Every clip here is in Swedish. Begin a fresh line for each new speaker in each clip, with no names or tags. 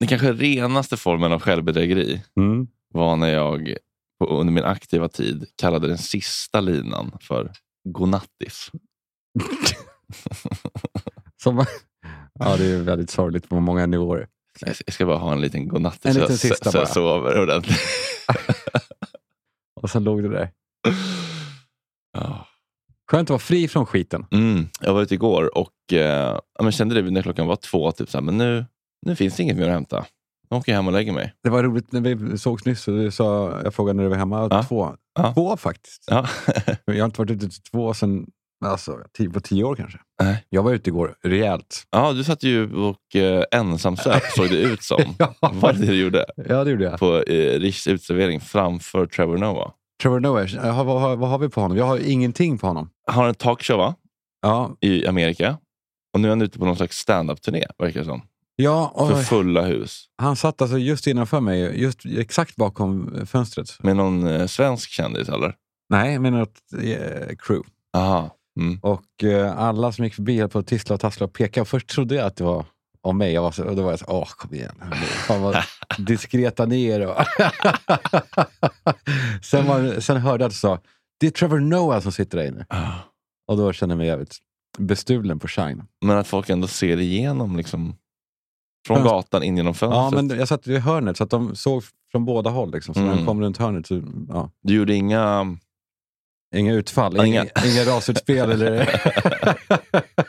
Den kanske renaste formen av självbedrägeri
Mm.
var när jag på- under min aktiva tid kallade den sista linan för godnattis.
Som, ja, det är väldigt sorgligt på många nivåer.
Jag jag ska bara ha en liten godnattis
En
så, jag-
liten
så,
sista
så jag
bara.
sover ordentligt.
Och sen låg det där.
Ja.
Skönt att vara fri från skiten.
Mm. Jag var ute igår och eh, ja, men kände det när klockan var två, typ så här, men nu, nu finns det inget mer att hämta. Nu åker jag hem och lägger mig.
Det var roligt när vi sågs nyss. Och du sa, jag frågade när du var hemma.
Ja.
Två.
Ja.
Två faktiskt.
Ja.
Jag har inte varit ute till två sen alltså, tio, på tio år kanske.
Nej.
Jag var ute igår rejält.
ja, du satt ju och eh, ensamsöp såg det ut som.
Ja,
Vad var det du gjorde?
ja det gjorde jag.
På eh, Riks uteservering framför Trevor Noah.
Trevor Noah, jag har- vad, har- vad har vi på honom? Jag har ingenting på honom.
Han har en talkshow va?
Ja,
i Amerika. Och nu är han ute på någon slags stand-up-turné, verkar det som.
ja och
För fulla hus.
han satt alltså just innanför mig, just exakt bakom eh, fönstret.
Med någon eh, svensk kändis, eller?
Nej, men något eh, crew.
Aha. Mm.
Och eh, alla som gick förbi höll på att tissla och tassla och peka. Först trodde jag att det var om mig. Jag var så, och då var jag så, åh kom igen. Fan vad diskreta ni är. då." sen, var, sen hörde jag att du sa, det är Trevor Noah som sitter där inne.
Ah.
Och då kände jag mig jävligt bestulen på shine.
Men att folk ändå ser igenom, liksom. Från
Fönst-
gatan in genom
Ja,
fönstret.
men jag satt i hörnet så att de såg från båda håll. Liksom. Så när
Mm.
de kom runt hörnet, så, ja.
Du gjorde inga...
inga utfall,
Ja,
inga,
inga.
inga rasutspel. Eller...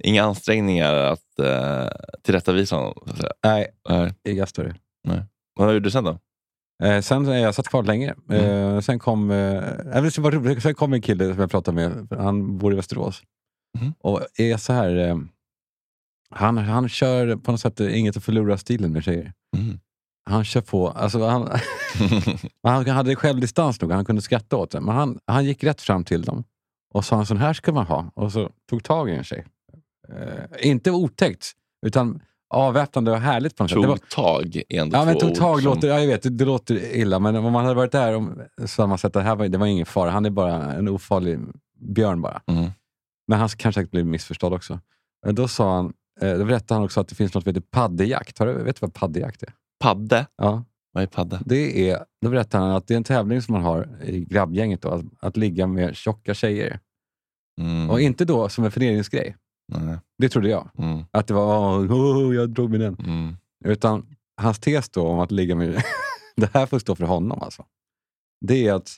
inga ansträngningar att eh, tillrättavisa honom. så att säga.
Nej,
Nej.
inga större.
Vad gjorde du sen då?
Eh, sen eh, jag satt kvar länge. Eh, sen, kom, eh, äh, det var roligt. sen kom en kille som jag pratade med. Han bor i Västerås.
Mhm.
Och är så här... Eh, han, han kör på något sätt eh, inget att förlora-stilen med tjejer.
Mm.
Han kör på. Alltså han, han hade självdistans nog. Han kunde skratta åt det. Men han, han gick rätt fram till dem och sa en sån här ska man ha. Och så tog tag i en tjej. Eh, inte otäckt, utan avväpnande och härligt på något sätt. Det var-
tog tag är ändå
Ja, men
två
tog tag
ord
låter, ja, jag vet, det, det låter illa, men om man hade varit där om, så hade man sett att det här var, det var ingen fara. Han är bara en ofarlig björn bara.
Mm.
Men han kanske säkert blev missförstådd också. Men Då, sa han, eh, då berättade han också att det finns något som heter paddejakt. Har du, vet du vad paddejakt är?
Padde?
Ja,
Vad är padde?
det är, då berättade han att det är en tävling som man har i grabbgänget, då, att, att ligga med tjocka tjejer.
Mm.
Och inte då som en förnedringsgrej.
Nej.
Det trodde jag.
Mm.
Att det var, "Åh, oh, jag drog med den.
Mm.
Utan hans tes då om att ligga med... det här får stå för honom alltså. Det är att,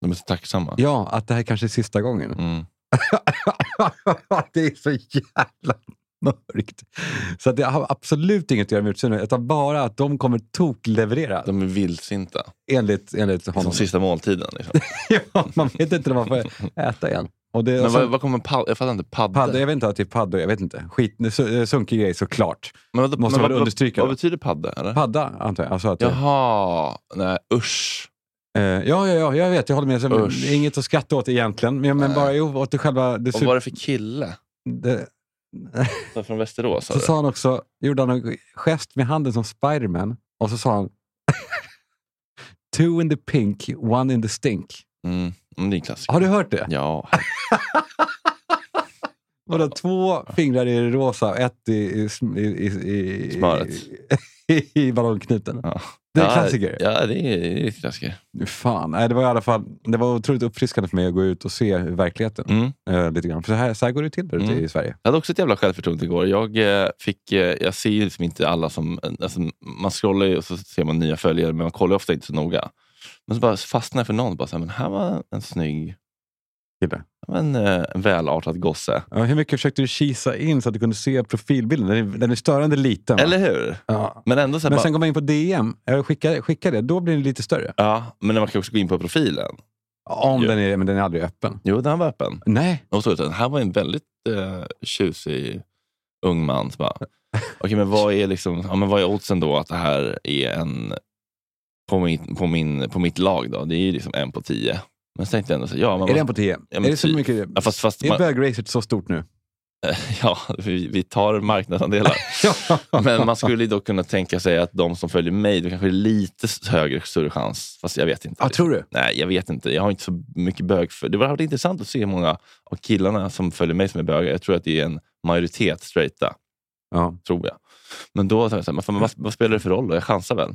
De är så tacksamma.
ja, att det här kanske är sista gången.
Mm.
det är så jävla mörkt. Så att det har absolut inget att göra med utseendet, utan bara att de kommer tokleverera.
De är vildsinta.
Enligt, enligt honom.
Som sista måltiden. Liksom.
ja, man vet inte när man får äta igen. Och det,
Men
och sen-
vad, vad kommer padda? Jag fattar inte. Padde?
paddor, jag vet inte att det är paddor, jag vet inte. Skit, su- sunkig grej såklart.
Men vad,
Måste
men
väl
vad,
understryka
Vad,
då?
vad betyder padde? Eller?
Padda, antar jag. Alltså att det-
Jaha. Nej, usch.
Eh, ja, ja, ja, jag vet. Jag håller med. Så,
Usch.
inget att skratta åt egentligen. Men, men
Nej.
bara jo, åt det själva... Det
Och
su-
vad var det för kille?
det,
Så Från Västerås sa
så
du?
sa han också, gjorde han en gest med handen som Spiderman och så sa han Two in the pink, one in the stink.
Mm. Mm, det är en klassiker.
Har du hört det?
Ja.
Vadå, två fingrar i det rosa och ett i, i, i, i, i
Smöret.
I, i ballongknuten.
Ja.
Det är en
Ja,
klassiker.
Ja, det är, det är en klassiker.
Fan, nej, det var i alla fall det var otroligt uppfriskande för mig att gå ut och se verkligheten.
Mm.
Eh, lite grann. För så här, så här går det till där ute
Mm.
i Sverige.
Jag hade också ett jävla självförtroende igår. Jag, eh, fick, eh, jag ser ju liksom inte alla som... Alltså, man scrollar ju och så ser man nya följare, men man kollar ofta inte så noga. Men så bara fastnar jag för någon. Bara så här, men här var en snygg,
Kille.
här var en, eh, en välartad gosse.
Ja, hur mycket försökte du kisa in så att du kunde se profilbilden? Den är, den är störande liten. va?
Eller hur?
Ja.
Men ändå så här,
Men
bara,
sen går man in på DM, eh, skicka, skicka det, då blir den lite större.
ja, men man kan också gå in på profilen.
Om
Ja.
den är, men den är aldrig öppen.
Jo, den var öppen.
Nej,
Och så, utan, här var en väldigt eh, tjusig ung man. Så bara, okej, men vad är liksom, ja, men vad är oddsen då att det här är en på, min, på, min, på mitt lag? då? Det är ju liksom en på tio. Men så tänkte jag ändå så, här, ja, man,
är den på DM?
Ja, men
är det så
typ.
mycket?
ja, fast, fast
Är
man,
bögracet så stort nu?
ja, vi, vi tar marknadsandelar. Men man skulle ju då kunna tänka sig att de som följer mig, då kanske det är lite högre, större chans. Fast jag vet inte.
ja, tror du?
Nej, jag vet inte. Jag har inte så mycket bög. För. Det var varit intressant att se hur många av killarna som följer mig som är bögar. Jag tror att det är en majoritet straighta,
Ja.
tror jag. Men då tänkte jag, så här, men fan, vad, vad spelar det för roll då? Jag chansar väl.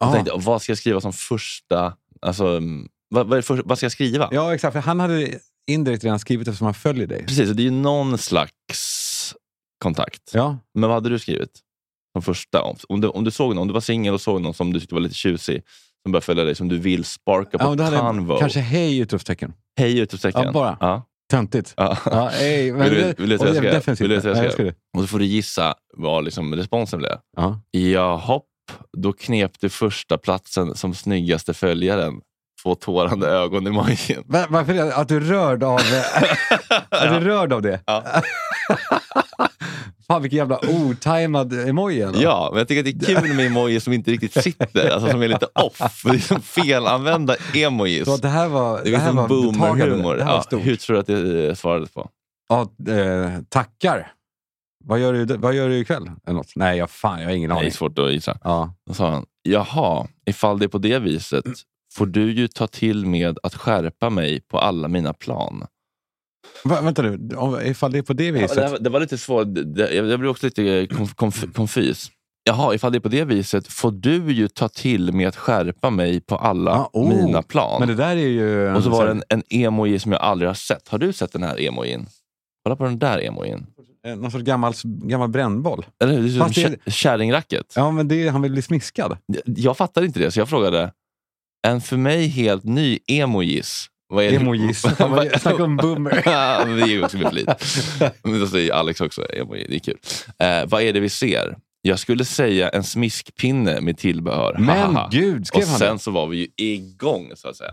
Jag
Ah.
tänkte, vad ska jag skriva som första... Alltså, mm, vad, vad, är det för, vad ska jag skriva?
ja, exakt. För han hade indirekt redan skrivit eftersom han följer dig.
Precis, så det är ju någon slags kontakt.
Ja,
Men vad hade du skrivit som första? Om- Om du, om du såg någon, om du var singel och såg någon som du tyckte var lite tjusig, som började följa dig, som du vill sparka på
ja men då hade
Convo.
jag, kanske hej utropstecken.
Hej utropstecken.
Ja, bara.
Ja.
Töntigt.
Ja.
Ja, hej. Men
Vill du- vill du veta vad jag
och det är
ska-
defensivt.
vill du veta vad jag
Ja,
ska-
skulle-
Och så får du gissa vad liksom responsen blev.
Ja.
Jahopp, då knep du första platsen som snyggaste följaren. Få tårande ögon i magen.
Va- Varför är det att du är rörd av, är du rörd av det?
Ja.
Fan vilken jävla otajmad emoji. ändå.
Ja, men jag tycker att det är kul med emojis som inte riktigt sitter, alltså som är lite off. Liksom felanvända emojis.
Så att det här var,
Det
det
är
här
som
var
boomerhumor.
betagande. Det här var
Ja,
stort.
hur tror du att det eh, svarades på?
Ja, eh, tackar. Vad gör, du, vad gör du ikväll? Eller något? Nej, jag, fan, jag har ingen
Nej, det är
aning.
svårt att gissa.
Ja.
Då sa han, jaha, ifall det är på det viset får du ju ta till med att skärpa mig på alla mina plan.
Va, vänta nu, om, ifall det är på det
Ja,
viset.
det, här- det var lite svårt. Det- det- Jag jag blev också lite eh, konf- konf- konfys. Jaha, ifall det är på det viset får du ju ta till med att skärpa mig på alla
Ja, oh.
mina plan.
Men det Mm. där är ju...
Och så var det en, en emoji som jag aldrig har sett. Har du sett den här emojin? Kolla på den där emojin.
eh, Någon sorts gammal, gammal brännboll.
Eller hur? Det ser ut
Fast
som
det-
kä- kärringracket.
Ja, men det, han vill bli smiskad.
Jag fattade inte det, så jag frågade en för mig helt ny emojis. Vad det-
Emojis.
Vad-
Snacka om boomer.
Ja, men det är ju också med flit. Men då säger Alex också emoji, det är kul. Eh, vad är det vi ser? Jag skulle säga en smiskpinne med tillbehör.
Men
Hahaha.
gud, skrev
Och
han
sen så var vi ju igång, så att säga.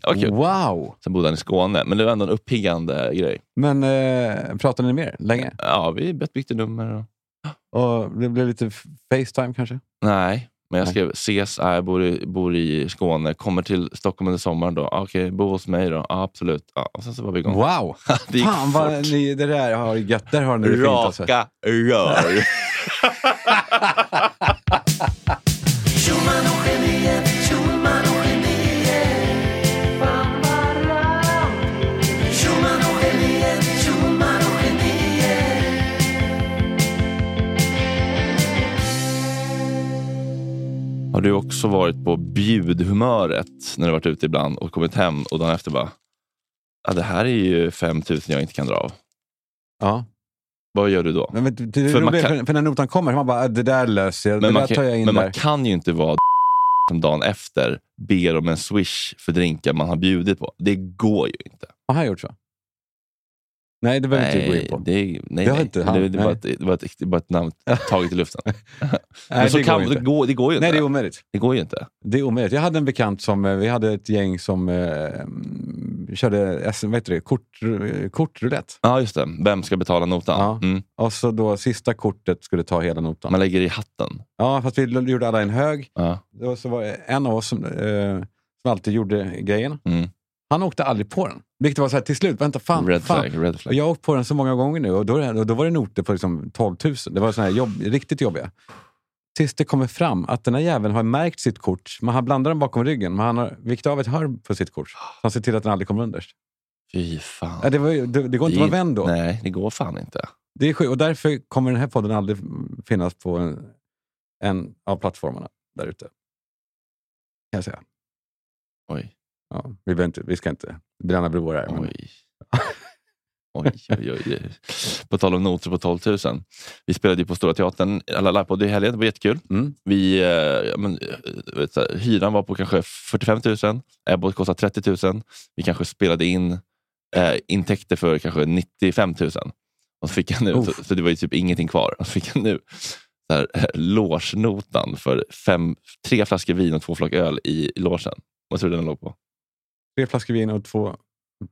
Det var
det?
kul.
Wow!
Sen bodde han i Skåne, men det var ändå en uppiggande grej.
Men eh, pratade ni mer länge?
Ja, vi bet- bytte nummer. Och...
Och det blev lite f- Facetime kanske?
Nej, men jag
Nej.
skrev ses, är, bor, i, bor i Skåne, kommer till Stockholm under sommaren då. Ah, Okej, bo hos mig då. Ah, absolut. Ah, och sen så var vi igång.
Wow!
Det gick
Fan, vad
fort.
ni, det där har ju gött. Där har ni det fint alltså.
Raka rör. Har du också varit på bjudhumöret när du varit ute ibland och kommit hem och dagen efter bara, ah, det här är ju 5000 jag inte kan dra av.
Ja.
Vad gör du då?
Men, vet du, det är
För man
roligt,
kan-
för, för när notan kommer, man bara, "Äh, det där löser jag. Det
Men,
där
man
tar jag
kan,
in
men
där.
man kan ju inte vara som dagen efter ber om en swish för drinkar man har bjudit på. Det går ju inte.
Har han gjort så? Nej, det behöver inte gå typ in på.
det, är- nej,
Det har
nej.
inte han,
det, det, är bara
nej.
ett, det, är bara ett, det är bara ett namn taget i luften.
Nej,
men så
det
det, kan,
går
går
inte.
det, går, det går ju inte.
Nej, det är omöjligt.
det går ju inte.
Det är omöjligt. Jag hade en bekant som, eh, vi hade ett gäng som eh, mm, körde SM, vad heter det? Kort, eh, kortroulette.
Ja, just det. Vem ska betala notan?
Ja.
Mm.
Och så då sista kortet skulle ta hela notan.
Man lägger i hatten.
Ja, fast vi l- gjorde alla en hög.
Ja.
Och så var det en av oss som, eh, som alltid gjorde grejen.
Mm.
Han åkte aldrig på den. Vilket var så här, till slut, vänta, fan.
red
fan.
flag, red
Och
flag.
jag har åkt på den så många gånger nu och då, är- och då var det noter på liksom 12 000. Det var såna här jobb, riktigt jobbiga. Tills det kommer fram att den här jäveln har märkt sitt kort. Men han blandar den bakom ryggen, men han har vikt av ett hörn på sitt kort. Så han ser till att den aldrig kommer underst.
Fy fan.
Ja, det, var, ju- det, det går inte att vara vän då.
Nej, det går fan inte.
Det är sjukt. Och därför kommer den här podden aldrig finnas på en, en av plattformarna där ute. Kan jag säga.
Oj,
Ja, vi, behöver inte, vi ska inte bränna broar här. Men,
oj. Oj, oj, oj, oj. På tal om noter på 12 000. Vi spelade ju på Stora Teatern, alla livepodd i helgen. Det var jättekul.
Mm.
Vi, eh, ja, men, eh, vet, så här, hyran var på kanske 45 000. Abbot kostade 30 000. Vi kanske spelade in eh, intäkter för kanske 95 000. Och så fick jag nu,
Uff.
så, så det var ju typ ingenting kvar. Och så fick jag nu så här, eh, logenotan för fem, tre flaskor vin och två flak öl i, i logen. Vad tror du den låg på?
tre flaskor vin och två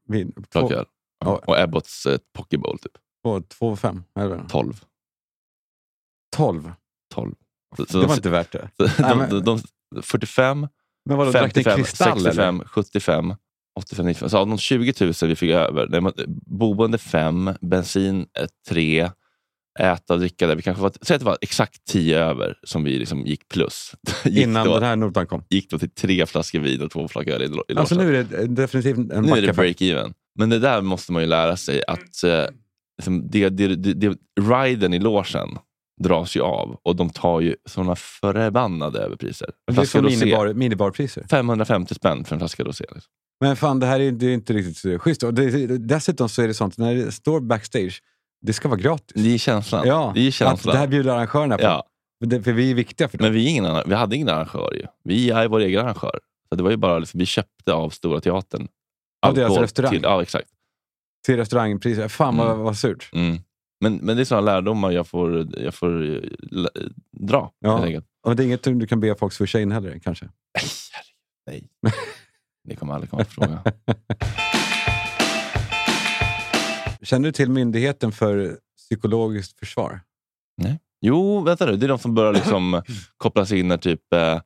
vin.
Flak
Två,
öl.
Ja.
Och Abbots eh, pocketbowl, typ
två, två och fem. Eller,
12.
tolv.
12. Så, så
Det
de,
var inte värt det. Nej,
de,
men-
de, de, 45,
Alltså, Men vadå, drack ni
55,
kristall
65, 75, 85, 95. Så av de 20 000 vi fick över, det var boende 5, bensin 3, äta och dricka där. Vi kanske var, säg att det var exakt 10 över som vi liksom gick plus.
eller?
gick
Innan
då,
den här notan kom.
gick då till tre flaskor vin och två flak öl i, lo- i
Alltså
logen.
nu är det definitivt en
Nu är
macka
det
för-
break-even. Men det där måste man ju lära sig att eh, liksom det, det, det, det, riden i logen dras ju av och de tar ju såna förbannade överpriser. En
Det är
flaska
som
rosé,
minibar, minibarpriser.
550 spänn för en flaska rosé. Liksom.
Men fan, det här är, det är inte riktigt eh, schysst. Och det, dessutom så är det sånt, när det står backstage, det ska vara gratis.
Det är känslan.
Ja,
det är
att
känslan.
det här bjuder arrangörerna på.
ja.
Men det- För vi är viktiga för dem.
Men vi, är ingen annan, vi hade ingen arrangör ju. Vi är vår egen arrangör. Så det var ju bara liksom, vi köpte av Stora Teatern.
Av deras
Alkohol
restaurang.
Till, ja, exakt.
Till restaurangpriser. Fan vad,
Mm.
vad surt.
Mm. Men, men det är sådana lärdomar jag får, jag får eh, lä- dra.
Ja.
helt enkelt.
Och det är inget du kan be folk swisha in heller kanske.
Nej, herregud, nej. Det kommer aldrig komma i fråga.
Känner du till Myndigheten för psykologiskt försvar?
Jo, vänta nu. Det är de som börjar liksom kopplas in när typ eh,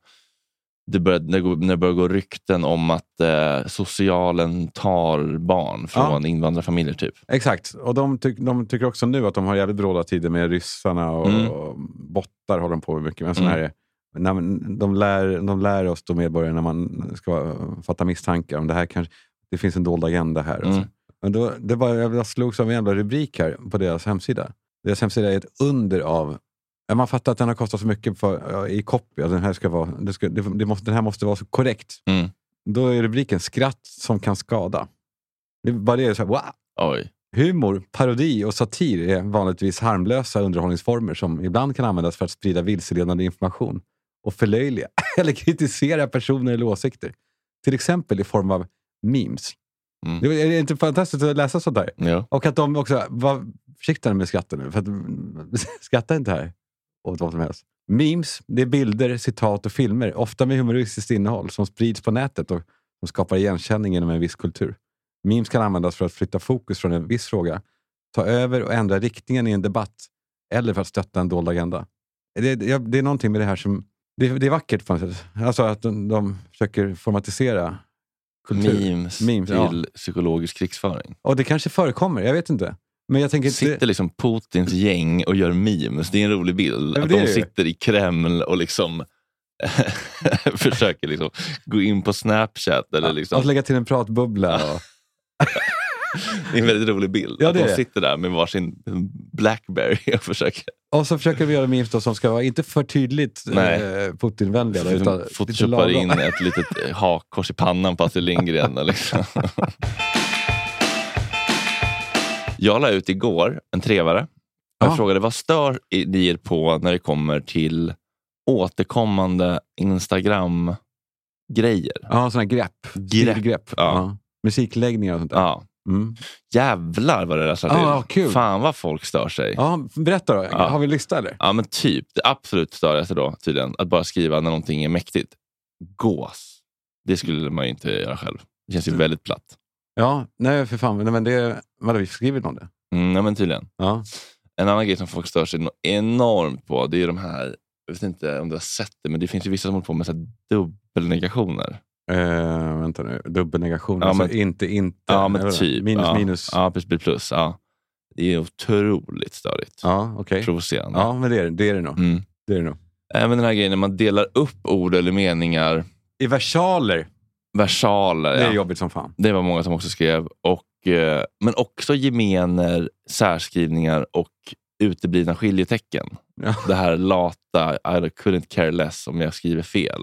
det börjar, när det går- när det börjar gå rykten om att eh, socialen tar barn från invandrarfamiljer. typ.
Exakt. Och de, tyck- de tycker också nu att de har jävligt bråda tider med ryssarna och,
Mm.
och bottar håller de på med mycket. Men sån
Mm.
här, är- när man, de, lär, de lär oss då medborgare när man ska fatta misstankar om det här kanske, det finns en dold agenda här. och så.
Mm.
Men då, det var, jag slogs av en jävla rubrik här på deras hemsida. Deras hemsida är ett under av ja, man fattar att den har kostat så mycket för, ja, i copy. Ja, Den här, ska vara, det ska, det, det måste, den här måste vara så korrekt.
Mm.
Då är rubriken Skratt som kan skada. Det är bara det är så här, wow.
Oj.
Humor, parodi och satir är vanligtvis harmlösa underhållningsformer som ibland kan användas för att sprida vilseledande information och förlöjliga eller kritisera personer eller åsikter. Till exempel i form av memes.
Mm.
Det är det inte fantastiskt att läsa sånt där?
Ja.
Och att de också, var försiktiga med skratten nu, för att, mm, skratta inte här åt vad som helst. Memes, det är bilder, citat och filmer, ofta med humoristiskt innehåll, som sprids på nätet och som skapar igenkänning inom en viss kultur. Memes kan användas för att flytta fokus från en viss fråga, ta över och ändra riktningen i en debatt, eller för att stötta en dold agenda. Det, det, jag- det är någonting med det här som... Det, det är vackert på något sätt. Alltså att de, de försöker formatisera kultur.
Memes,
Memes,
till
ja.
psykologisk krigsföring.
Och det kanske förekommer, jag vet inte. Men jag tänker... inte-
Sitter liksom Putins gäng och gör memes. Det är en rolig bild.
men
Att
det är
de
det ju.
sitter i Kreml och liksom försöker liksom gå in på Snapchat. Eller liksom.
Att lägga till en pratbubbla. Och,
Det är en väldigt rolig bild.
Ja,
att
det är
de
det.
sitter där med varsin Blackberry och försöker
och så försöker vi göra memes då som ska vara, inte för tydligt
Nej.
eh, Putinvänliga. då, utan
liksom,
lite
photoshoppa
lagom.
in ett litet eh, hakkors i pannan på Astrid Lindgren. och Liksom. Jag la ut igår en trevare. Jag
Ja.
frågade vad stör i- ni er på när det kommer till återkommande Instagram-grejer?
Ja, sådana grepp.
Grepp,
Stilgrepp.
ja.
Musikläggningar och sånt där.
Ja.
Mm.
Jävlar vad det rasslar
Ja,
till.
kul.
Fan vad folk stör sig.
Ja, berätta då.
Ja.
Har vi en lista eller?
Ja, men typ. Det absolut störigaste då, tydligen. Att bara skriva när någonting är mäktigt. Gås. Det skulle man ju inte göra själv. Det känns ju
Mm.
väldigt platt.
Ja, nej för fan. Nej, men det, vadå, vi skriver om det.
Mm, ja, men tydligen.
Ja.
En annan grej som folk stör sig no- enormt på, det är de här, jag vet inte om du har sett det, men det finns ju vissa som håller på med så här dubbelnegationer.
Eh, vänta nu, dubbelnegation.
Ja,
alltså
men-
inte inte.
Ja, men
eller
typ.
Minus
ja.
minus. Ja,
Ja, plus blir plus. Ja. Det är otroligt störigt.
okej.
Provocerande.
Ja, men det är det, det, är det nog.
Mm.
Det är det nog.
Även den här grejen när man delar upp ord eller meningar,
I versaler,
versaler.
det är
ja.
jobbigt som fan.
Det var många som också skrev. Och, eh, men också gemener, särskrivningar och uteblivna skiljetecken.
Ja.
Det här lata, I couldn't care less om jag skriver fel.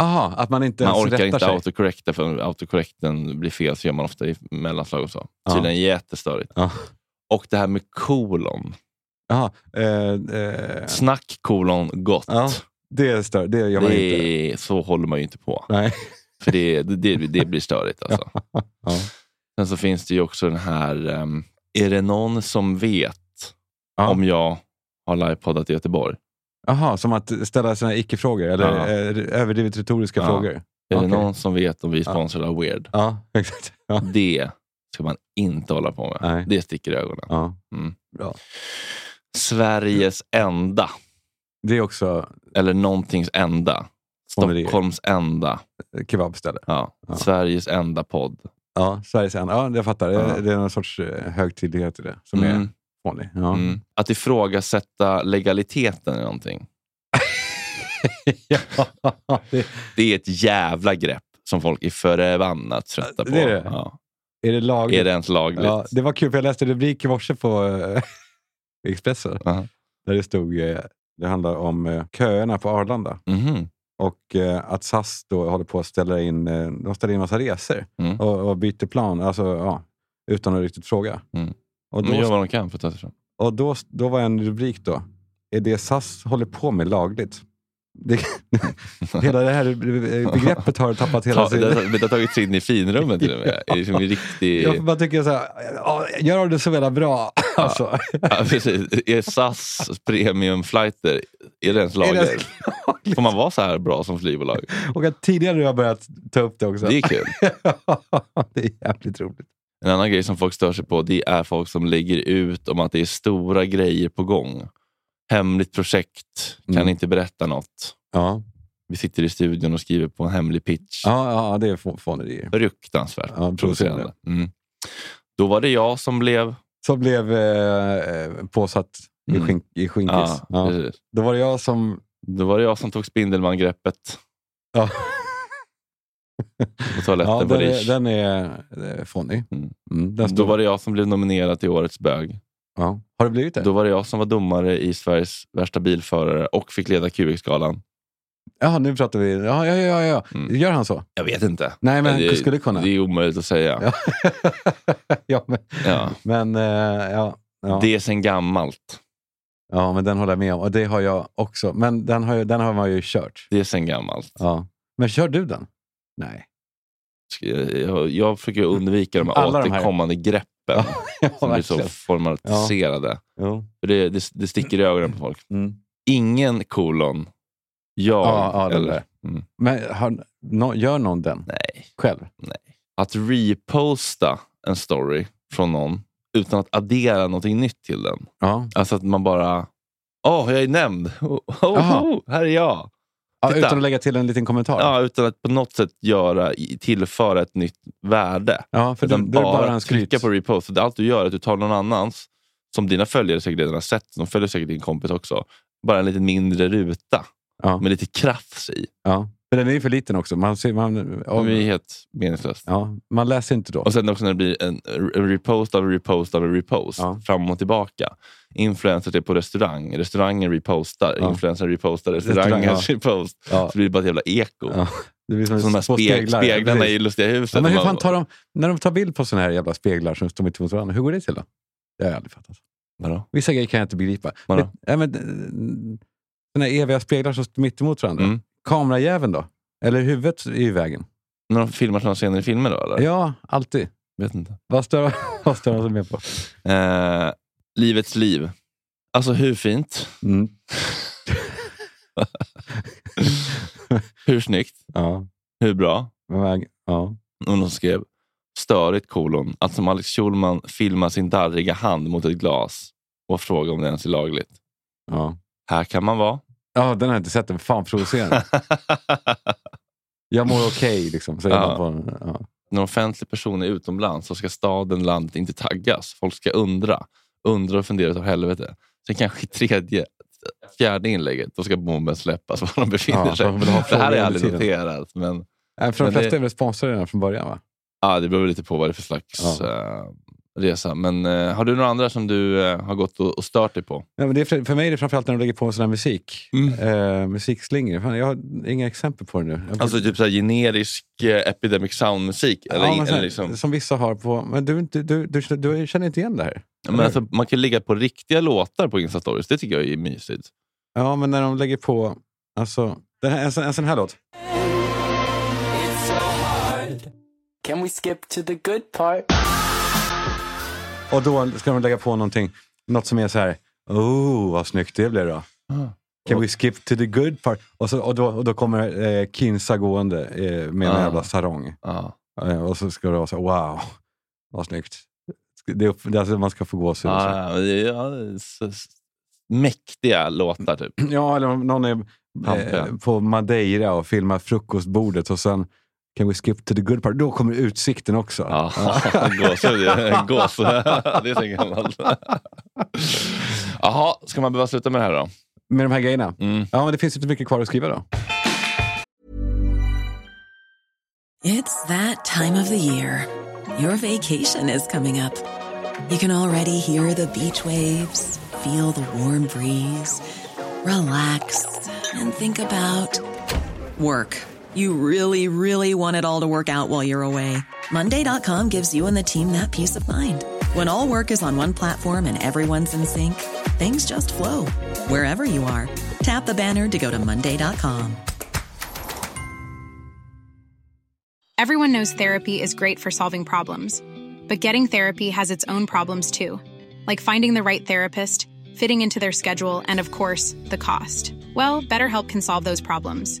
Aha, att man inte
man
ens
orkar
rättar
inte
sig.
autocorrecta, för om autocorrecten blir fel så gör man ofta i mellanslag och så.
Ja.
Tydligen jättestörigt.
Ja.
Och det här med kolon.
Aha, eh, eh,
Snack kolon gott.
Ja, det är större. Det gör man
det
inte.
är, så håller man ju inte på.
Nej.
För det, det, det blir störigt alltså.
Ja.
Sen så finns det ju också den här, ehm, är det någon som vet
Ja.
om jag har livepoddat i Göteborg?
Aha, som att ställa sina icke-frågor eller
Ja.
eh, överdrivet retoriska
Ja.
frågor.
Är
Okej.
det någon som vet om vi är sponsrade av Weird?
Ja, exakt. Ja.
Det ska man inte hålla på med.
Nej.
Det sticker i ögonen.
Ja.
Mm.
Bra.
Sveriges enda,
Det är också
eller någontings enda.
Formulering.
Stockholms enda.
kebabställe.
Ja.
Ja.
Sveriges enda podd.
Ja, Sveriges enda. Ja, jag fattar.
Ja.
Det är någon sorts eh, högtidlighet i det som är
Mm.
vanlig. Ja.
Mm. Att ifrågasätta legaliteten eller någonting.
ja, det,
Det är ett jävla grepp som folk är förbannat trötta på.
Det är det.
Ja.
är det lagligt?
Är det ens lagligt?
ja, det var kul, för jag läste en rubrik i morse på eh, Expressen.
Aha.
Där det stod, eh, det handlar om eh, köerna på Arlanda.
Mhm.
Och eh, att SAS då håller på att ställa in, eh, de ställer in massa resor
Mm.
och, och byter plan, alltså ja, utan att riktigt fråga.
Mm.
Och,
De gör
då,
vad de kan för att ta sig fram.
och då, då var en rubrik då, är det SAS håller på med lagligt? Det, hela det här eh, begreppet har tappat hela
Ta,
sin...
det, har- det har tagits in i finrummet till och med. Det är liksom en riktig...
Jag bara tycker så här, ja, gör det så jävla bra. Alltså,
Ja, precis. Är SAS premiumflighter, är det ens
Är det ens
lagligt? Får man vara så här bra som flygbolag?
och att tidigare du har börjat ta upp det också.
Det är kul.
det är jävligt roligt.
En annan grej som folk stör sig på det är folk som lägger ut om att det är stora grejer på gång. Hemligt projekt, kan
Mm.
inte berätta något.
Ja,
Vi sitter i studion och skriver på en hemlig pitch.
ja, ja det är få- fånerier.
Fruktansvärt
Ja,
provocerande. Mm. Då var det jag som blev...
Som blev eh, eh, påsatt i,
Mm.
skink, i skinkis.
Ja,
Ja.
precis.
Då var det jag som...
Då var det jag som tog Spindelman-greppet
Ja.
på toaletten
Ja,
på
den, är,
Riche.
den är eh, fånig.
Mm.
Mm, den
Då
stod,
var det jag som blev nominerad till Årets bög.
ja. Har det blivit det?
Då var det jag som var domare i Sveriges värsta bilförare och fick leda QX-galan.
Ja, nu pratar vi... Ja, ja, ja. ja.
Mm.
Gör han så?
Jag vet inte.
Nej, men
det,
skulle kunna.
det är omöjligt att säga.
Ja.
Ja.
ja, men, men, eh, ja, ja.
Det är sen gammalt.
ja, men den håller jag med om. Och det har jag också. Men den har, ju- den har man ju kört.
Det är sen gammalt.
Ja. Men kör du den? Nej.
Jag, jag försöker undvika de här
Alla de här.
återkommande greppen som blir så
verkligen.
formaliserade.
Jo.
För Det, det, det sticker i ögonen på folk.
Mm.
Ingen kolon. Jag.
Ja, ja, den
eller,
där.
mm.
Men har, nå- gör någon den
Nej.
själv?
Att reposta en story från någon utan att addera någonting nytt till den.
Ja.
Alltså att man bara, åh, jag är nämnd. Oh, oh,
Jaha.
oh, här är jag.
Ja,
Titta.
utan att lägga till en liten kommentar?
Ja, utan att på något sätt göra, i- tillföra ett nytt värde.
Ja, för då,
Utan
då är det bara en skryt.
trycka på repost. Det är allt du gör är att du tar någon annans, som dina följare säkert redan har sett, de följer säkert din kompis också, bara en lite mindre ruta
Ja.
med lite krafs i.
Ja. För den är ju för liten också. Man, ser, man,
Det
om,
är ju helt meningslöst.
ja, man läser inte då.
Och sen också när det blir en, en repost av en repost av en repost,
Ja.
fram och tillbaka. Influencers är på restaurang, restaurangen repostar,
Ja.
influencern repostar,
Restaurang,
restaurangen
ja.
repost.
Ja.
Så blir det bara ett jävla eko.
Ja. Det blir som
Som de här
små
speg-
speglar.
speglarna
Precis.
i lustiga huset.
Ja, men hur
De
fan
bara-
tar de, när de tar bild på såna här jävla speglar som står mitt emot varandra, hur går det till då? Det har jag aldrig fattat.
Vadå?
Vissa grejer kan jag inte begripa.
Vadå?
Det- Ja, men, eh, såna här eviga speglar som står mitt emot varandra.
Mm.
Kamerajäveln då? Eller huvudet är ju i vägen.
När de filmar sådana scener i filmer då? Eller?
Ja, alltid.
Vet inte.
Vad stör, vad stör de sig mer på?
Eh, livets liv. Alltså hur fint?
Mm.
Hur snyggt?
Ja.
Hur bra?
Men väg- ja.
Och någon skrev störigt kolon att som Alex Schulman filma sin darriga hand mot ett glas och fråga om det ens är lagligt.
Ja.
Här kan man vara.
ja, den har jag inte sett. Den är fan provocerande. Jag mår okej, liksom, säger
Ja.
man på en, ja.
När en offentlig person är utomlands så ska staden, landet inte taggas. Folk ska undra. Undra och fundera utav helvete. Sen kanske i tredje, fjärde inlägget, då ska bomben släppas var de befinner
Ja,
sig.
man vill ha
Det här
frågor
är
under
aldrig
tiden.
noterat, men
Nej, För de
Men
flesta
det-
är väl sponsrade redan från början va?
ja, det beror lite på vad det är för slags
Ja.
eh, resa. Men eh, har du några andra som du eh, har gått och, och stört dig på?
Ja, men det är för, för mig är det framförallt när de lägger på sån här musik. Eh, musikslingor. Fan, jag har inga exempel på det nu. Jag
Mm. Alltså typ så här generisk eh, Epidemic Sound-musik? Eller,
Ja, men
eller
sen-
liksom,
Som vissa har på... Men du, du, du, du, du känner inte igen det här?
men alltså, man kan ligga på riktiga låtar på Insta Stories. Det tycker jag är mysigt.
Ja, men när de lägger på... Alltså, den här, en, sån- en sån här låt.
Can we skip to the good part?
Och då ska de lägga på någonting. Något som är så här... Oh, vad snyggt det blev då.
Ah.
Can we skip to the good part? Och, så, och, då, och då kommer eh, Kinsa gående eh, med en
Ah.
jävla sarong.
Ja.
Eh, och så ska det vara så här, wow, vad snyggt. Det är upp, det är alltså, man ska få gåshud. och så.
Ah, Ja, men det är- ja, det är så- s- mäktiga låtar typ.
Ja, eller om någon är
Pampiga.
eh, på Madeira och filmar frukostbordet och sen Can we skip to the good part? Då kommer utsikten också.
Ja, gåshud. ja. Gås. Det är så gammalt. Jaha, ska man behöva sluta med det här då?
Med de här grejerna.
Mm.
Ja, men det finns inte mycket kvar att skriva då.
It's that time of the year. Your vacation is coming up. You can already hear the beach waves, feel the warm breeze, relax, and think about work. You really, really want it all to work out while you're away. Monday.com gives you and the team that peace of mind. When all work is on one platform and everyone's in sync, things just flow wherever you are. Tap the banner to go to Monday.com.
Everyone knows therapy is great for solving problems, but getting therapy has its own problems too, like finding the right therapist, fitting into their schedule, and of course, the cost. Well, BetterHelp can solve those problems.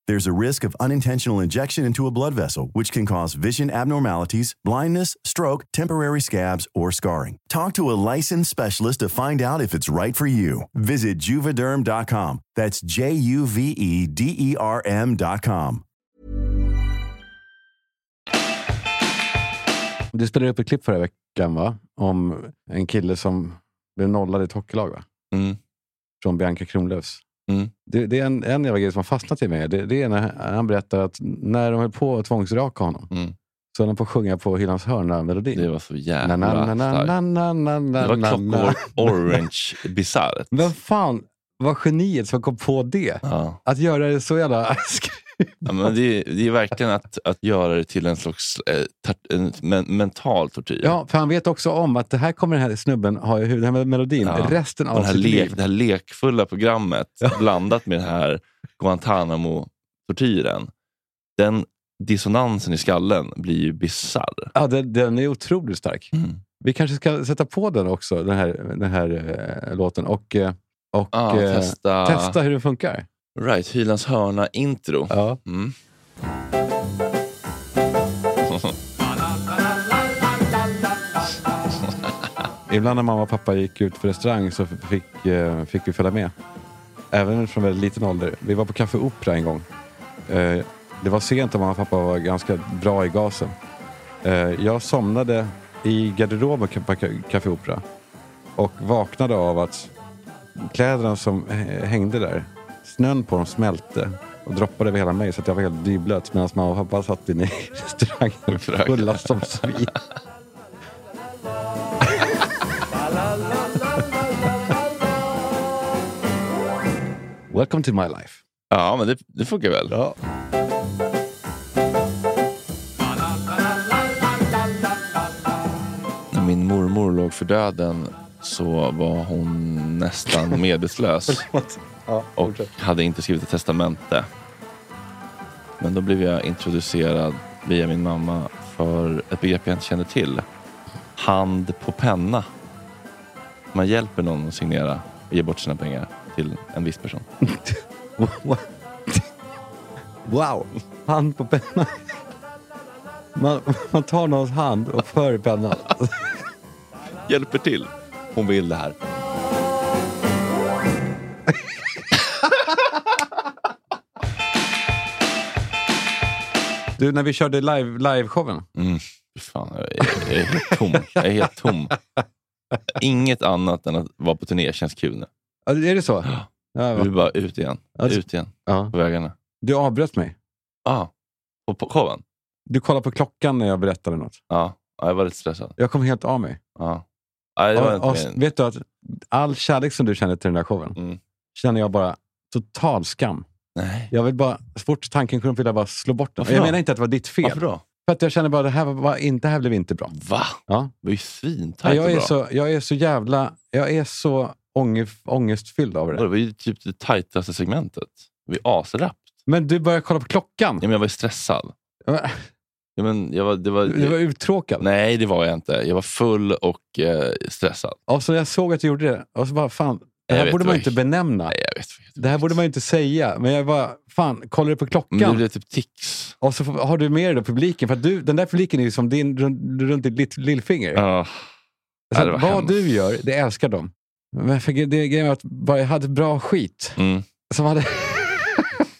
There's a risk of unintentional injection into a blood vessel, which can cause vision abnormalities, blindness, stroke, temporary scabs, or scarring. Talk to a licensed specialist to find out if it's right for you. Visit juvederm.com. That's J U V E D E R M.com.
Du spelade upp ett klipp förra veckan va? Om en kille som blev nollad i ett hockeylag va?
Mm.
Från Bianca Kronlöfs.
Mm.
Det, det är en, en jävla grej som har fastnat i mig. Det, det är när han berättar att när de höll på att tvångsraka honom
Mm.
så höll de på att sjunga på Hyllans hörna-melodin.
Det var så jävla
Na, na, na, na,
starkt.
na, na, na, na,
Det var
na,
Clockwork
na.
Orange bisarrt.
Vem fan var geniet som kom på det?
Ja.
Att göra det så jävla...
Ja, men det, är- det är verkligen att, att göra det till en slags eh, tar- en men, mental tortyr.
ja, för han vet också om att det här kommer den här snubben ha i huvudet, den här melodin,
Ja.
resten
Och
av
den här
sitt
lek,
liv.
det här lekfulla programmet blandat med den här Guantanamo-tortyren. Den dissonansen i skallen blir ju bisarr.
Ja, den, den är otroligt stark.
Mm.
Vi kanske ska sätta på den också, den här, den här eh, låten, och, eh, och
Ah,
eh,
testa.
testa hur den funkar.
Right, Hylands hörna-intro.
Ja.
Mm.
Ibland när mamma och pappa gick ut på restaurang så fick, eh, fick vi följa med. Även från väldigt liten ålder. Vi var på Café Opera en gång. Eh, det var sent och mamma och pappa var ganska bra i gasen. Eh, jag somnade i garderoben på Ca- Café Opera och vaknade av att kläderna som h- hängde där Snön på dem smälte och droppade över hela mig så att jag var helt dyblöt medan mamma och pappa satt inne i restaurangen
Fröken.
fulla som svin. Welcome to my life.
Ja, men det, det funkar väl.
Ja.
När min mormor låg för döden så var hon nästan medvetslös
Ja,
och hade inte skrivit ett testamente. Men då blev jag introducerad via min mamma för ett begrepp jag inte kände till. Hand på penna. Man hjälper någon att signera och ge bort sina pengar till en viss person.
Wow! Hand på pennan. Man, man tar någons hand och för i pennan.
Hjälper till. Hon vill det här.
Du, när vi körde live, live-showen.
Mm. fy Fan, jag, är, jag är helt tom. Jag är helt tom. Inget annat än att vara på turné känns kul nu.
Ja, Är det så?
Ja.
Ja,
Nu är det
va-
bara ut igen.
Alltså-
Ut igen
ja.
på vägarna.
Du avbröt mig.
Ah. Och på showen?
Du kollade på klockan när jag berättade något.
Ja, ah. jag var lite stressad.
Jag kom helt av mig.
Ja. Nej, det var
Och- och
inte min...
vet du att all kärlek som du kände till den där showen
Mm.
känner jag bara total skam.
Nej.
Jag vill bara, så fort tanken kom upp vill jag bara slå bort den.
Varför
jag
då?
menar inte att det var ditt fel.
Varför då?
För att jag känner bara, det här, var, var inte, det här blev inte bra.
Va?
Ja.
Det var ju svintajt
Nej, jag,
och
är
bra.
så, jag är så jävla... Jag är så ånger, ångestfylld av
Det
det.
var ju typ det tajtaste segmentet. Det var ju asrappt.
Men du börjar kolla på klockan.
Ja, men jag var ju stressad. Ja, men jag var, det var...
Du var uttråkad.
Nej, det var jag inte. Jag var full och eh, stressad.
Och så jag såg att du gjorde det. Och så bara, fan, det
Jag
här
vet,
borde
det
man
var
inte
ju-
benämna.
Nej, jag vet inte.
Det här borde man inte säga. Men jag bara, fan, kollar du på
Men det
klockan?
blev typ tics.
Och så får- har du med dig då publiken. För att du, den där publiken är ju som din run- runt ditt lill- lillfinger.
Ja.
Så
Ja, det
att
var
vad
hemskt.
du gör, det älskar de. Men för gre- det grejen var att bara jag hade bra skit.
Mm.
Som hade...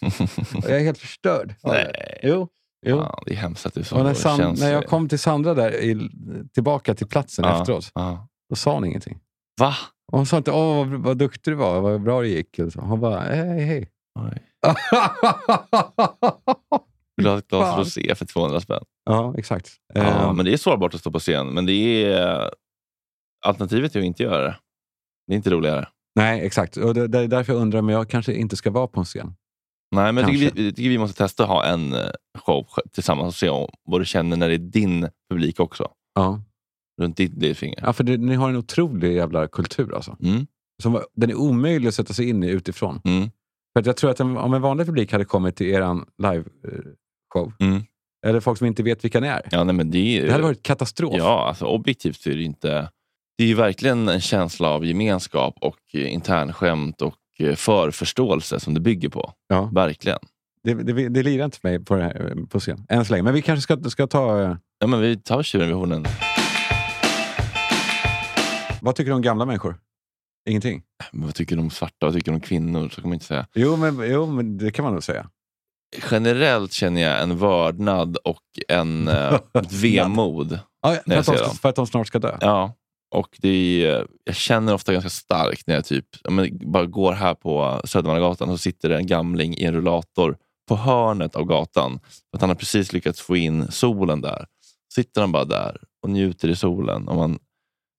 och jag är helt förstörd. av det.
Nej.
Jo. jo.
Fan, det är hemskt att du sa
Och när,
Det
San,
känns-
när jag kom till Sandra där, i, tillbaka till platsen
Ja.
efteråt,
Ja.
då sa hon ingenting.
Va?
Och hon sa inte åh vad, vad duktig du var, vad bra det gick. Och så. Hon bara hej hej.
Oj. Vill du ha ett glas
Fan.
rosé för 200 spänn?
ja, exakt.
Ja,
Ehm,
men det är sårbart att stå på scen. Men det är... eh, Alternativet är att inte göra det. Det är inte roligare.
Nej, exakt. Och det, det är därför jag undrar om jag kanske inte ska vara på en scen.
Nej, men jag tycker,
Kanske.
vi, jag tycker vi måste testa att ha en eh, show sj- tillsammans och se om, vad du känner när det är din publik också.
Ja,
Runt ditt lillfinger.
ja för det, ni har en otrolig jävla kultur alltså.
Mm,
Som, var- den är omöjlig att sätta sig in i utifrån.
mm,
För att jag tror att en, om en vanlig publik hade kommit till er live-show,
mm.
eller folk som inte vet vilka ni är,
Ja, nej, men det, är ju-
det hade varit katastrof.
Ja, alltså objektivt så är det ju inte... Det är ju verkligen en känsla av gemenskap och eh, internskämt och eh, förförståelse som det bygger på.
Ja.
Verkligen.
Det, det, det lirar inte för mig på, det här, på scen, än så länge. Men vi kanske ska, ska ta... eh,
Ja, men vi tar tjuren vid hornen.
Vad tycker du om gamla människor? Ingenting?
Men vad tycker du om svarta? Vad tycker du om kvinnor? Så kan man inte säga.
Jo, men, jo, men det kan man nog säga.
Generellt känner jag en vördnad och en eh, ett vemod.
Ja, för,
jag
att de,
ser
ska-
dem.
för att de snart ska dö?
Ja. Och det är, jag känner ofta ganska starkt när jag typ, ja, men bara går här på Södermannagatan och så sitter det en gamling i en rullator på hörnet av gatan. För att han har precis lyckats få in solen där. Sitter han bara där och njuter i solen och man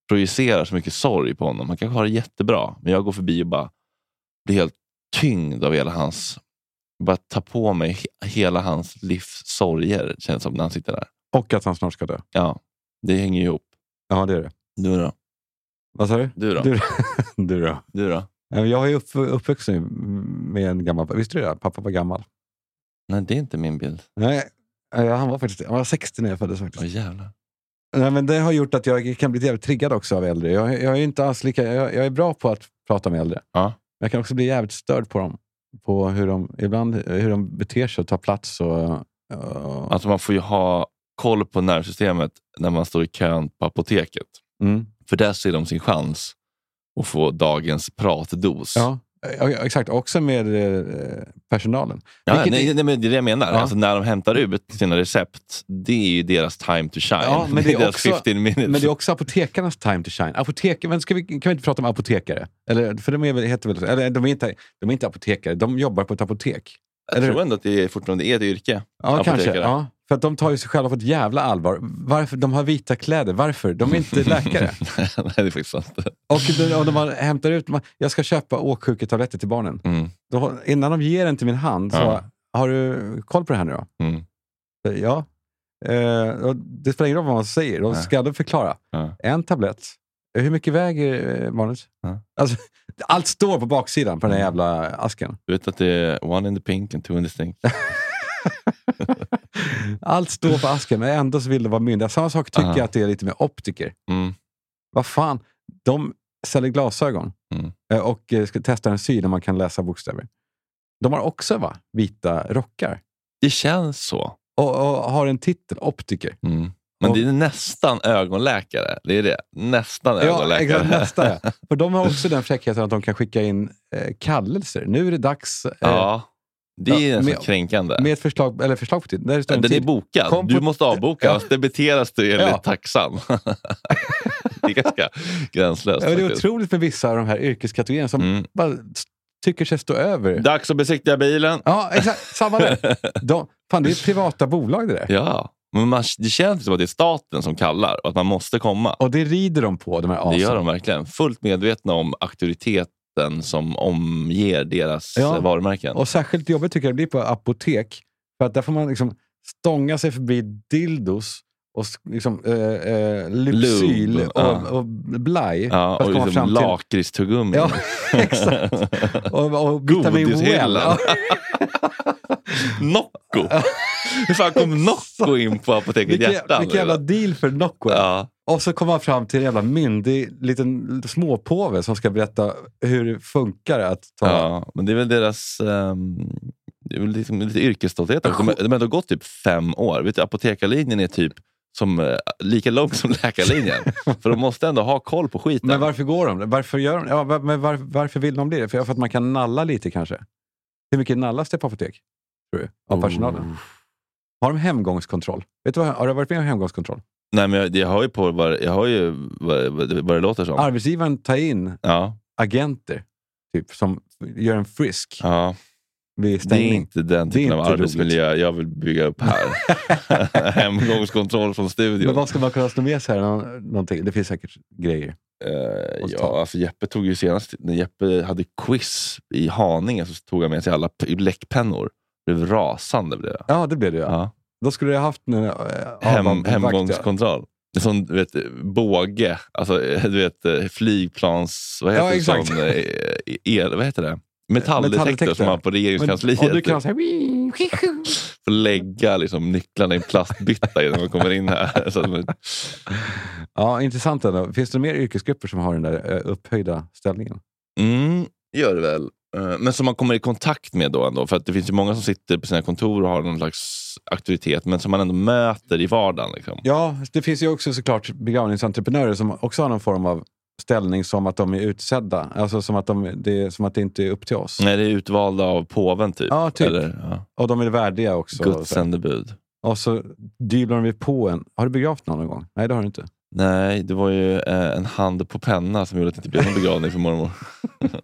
projicerar så mycket sorg på honom. Han kanske har det jättebra, men jag går förbi och bara blir helt tyngd av hela hans... Bara tar på mig he- hela hans livs sorger, känns som, när han sitter där.
Och att han snart ska dö.
Ja, det hänger ju ihop.
Ja, det är det.
Du då?
Vad sa du?
Du då?
Du, du då?
Du då?
Ja, men Jag är upp, uppvuxen ju med en gammal... Visste du det? Pappa var gammal.
Nej, det är inte min bild.
Nej, ja, han var faktiskt han var 60 när jag föddes. Faktiskt.
Åh jävlar.
Nej, men det har gjort att jag kan bli jävligt triggad också av äldre. Jag, jag är inte alls lika... Jag, jag är bra på att prata med äldre.
Ja.
Men jag kan också bli jävligt störd på dem. På hur de, ibland hur de beter sig och tar plats. Och, och,
Alltså man får ju ha koll på nervsystemet när man står i kön på apoteket.
mm.
För där ser de sin chans att få dagens pratdos.
Ja, Ja, ja, exakt, också med eh, personalen.
Ja,
Vilket
nej,
är-
nej, men det är det jag menar.
Ja.
Alltså, när de hämtar ut sina recept, det är ju deras time to shine.
Ja, men det är
deras
också-
15 minutes.
Men det är också apotekarnas time to shine. Apotek, men ska vi, kan vi inte prata om apotekare? Eller, för de är, väl, heter väl, eller, de är, inte, de är inte apotekare, de jobbar på ett apotek.
jag
eller-
tror ändå att det är fortfarande är ett yrke.
Ja, kanske.
Apotekare.
Ja, för att de tar ju sig själva på ett jävla allvar. Varför? De har vita kläder. Varför? De är inte läkare.
nej, det är faktiskt sant.
Och de, och de har- hämtar ut, man, jag ska köpa åksjuketabletter till barnen.
Mm,
Då, innan de ger den till min hand, så
Ja.
har du koll på det här nu då?
mm.
Ja. Eh, och det spelar ingen roll vad man säger. De
Nej.
ska ändå förklara.
Ja.
En tablett. Hur mycket väger eh, barnet?
Ja. Mm.
Alltså, allt står på baksidan på den här jävla asken.
Du vet att det är one in the pink and two in the stink.
Allt står på asken, men ändå så vill de vara myndiga. Samma sak tycker
Aha.
jag att det är lite med optiker.
Ah. Mm.
Vad fan, de säljer glasögon
Mm.
Eh, och eh, ska testa en syn där man kan läsa bokstäver. De har också va, vita rockar
Det känns så.
och, och har en titel, optiker.
Mm. Men
Och-
det är nästan ögonläkare. Det är det. Nästan
Ja,
ögonläkare.
exakt, nästa. ja. För de har också den fräckheten att de kan skicka in eh, kallelser. Nu är det dags eh,
Ja, det är
Ja,
nästan
med-
kränkande.
med ett förslag, eller förslag på tid. Där det står en
Den är
tid.
bokad.
Kom
du
på-
måste avboka,
Ja.
annars debiteras du enligt
Ja.
taxan. det är ganska gränslöst.
Ja, men det är
faktiskt.
otroligt med vissa av de här yrkeskategorierna som
Mm.
bara s- tycker sig stå över.
Dags att besiktiga bilen.
Ja, exakt. Samma där. De, fan, det är privata bolag det där.
Ja, men man, det känns som att det är staten som kallar och att man måste komma.
Och det rider de på, de här asen.
Det gör de verkligen. Fullt medvetna om auktoriteten som omger deras
Ja.
eh, varumärken.
Och särskilt jobbigt tycker jag det blir på apotek. För att där får man liksom stånga sig förbi dildos och s- liksom, eh, eh, Lypsyl
Lube,
och,
ja.
och blaj.
ja,
för att
och
komma
liksom
fram till-
lakritstuggummin.
Ja, exakt. Och, och vitamin well.
Godishyllan.
Ja,
Nocco. Hur fan kom Nocco in på Apoteket
vilken,
Hjärtan?
vilken jävla deal för Nocco.
Ja.
Och så kommer man fram till en jävla myndig liten småpåve som ska berätta hur det funkar att ta...
Ja, men det är väl deras ehm, det är väl liksom lite yrkesstolthet. De, kommer- de har ändå gått typ fem år. Vet du, apotekarlinjen är typ som, eh, lika lång som läkarlinjen. för de måste ändå ha koll på skiten.
Men varför går de? Varför, gör de? Ja, va- men var, varför vill de bli det? För, för att man kan nalla lite kanske. Hur mycket nallas det på apotek? Tror du? Av personalen? Har de hemgångskontroll? Vet du vad, har du varit med om hemgångskontroll?
Nej, men jag, jag hör ju på vad, jag hör ju vad, vad, vad det låter som.
Arbetsgivaren tar in
ja,
agenter typ, som gör en frisk
ja.
vid
Det är
stängning.
inte den
Det är
typen av
inte roligt.
arbetsmiljö jag vill bygga upp här. Hemgångskontroll från
Men
studion.
vad ska man kunna slå med sig? här? Nå- Någonting. Det finns säkert grejer.
Eh,
Och
ja,
ta-
alltså Jeppe tog ju senast, när Jeppe hade quiz i Haninge så tog han med sig alla p- bläckpennor. Blev rasande blev jag.
Ja, det blev det ja.
Ja.
Då skulle jag haft en äh,
Hem, hemgångskontroll. Det är Som du vet, båge, alltså eh, du vet eh, flygplans... Vad heter
Ja,
det?
exakt.
Sån, eh, el, vad heter det? Metalldetektor
Metalldetektor.
som man har på regeringskansliet.
Och du kan säga...
Får lägga liksom, nycklarna i en plastbytta innan man kommer in här. Så, att man-
Ja, intressant ändå. Finns det mer yrkesgrupper som har den där eh, upphöjda ställningen?
Mm, det gör det väl. Eh, Men som man kommer i kontakt med då ändå. För att det finns ju många som sitter på sina kontor och har någon slags auktoritet, men som man ändå möter i vardagen. Liksom.
Ja, det finns ju också såklart begravningsentreprenörer som också har någon form av ställning som att de är utsedda. Alltså som att, de, det, är- som att det inte är upp till oss.
När det är utvalda av påven typ.
Ja, typ.
Eller, ja.
Och de är värdiga också.
Guds sändebud.
Och så dylar de ju på en. Har du begravt någon någon gång? Nej, det har du inte.
Nej, det var ju eh, en hand på penna som gjorde att det inte blev någon begravning för mormor.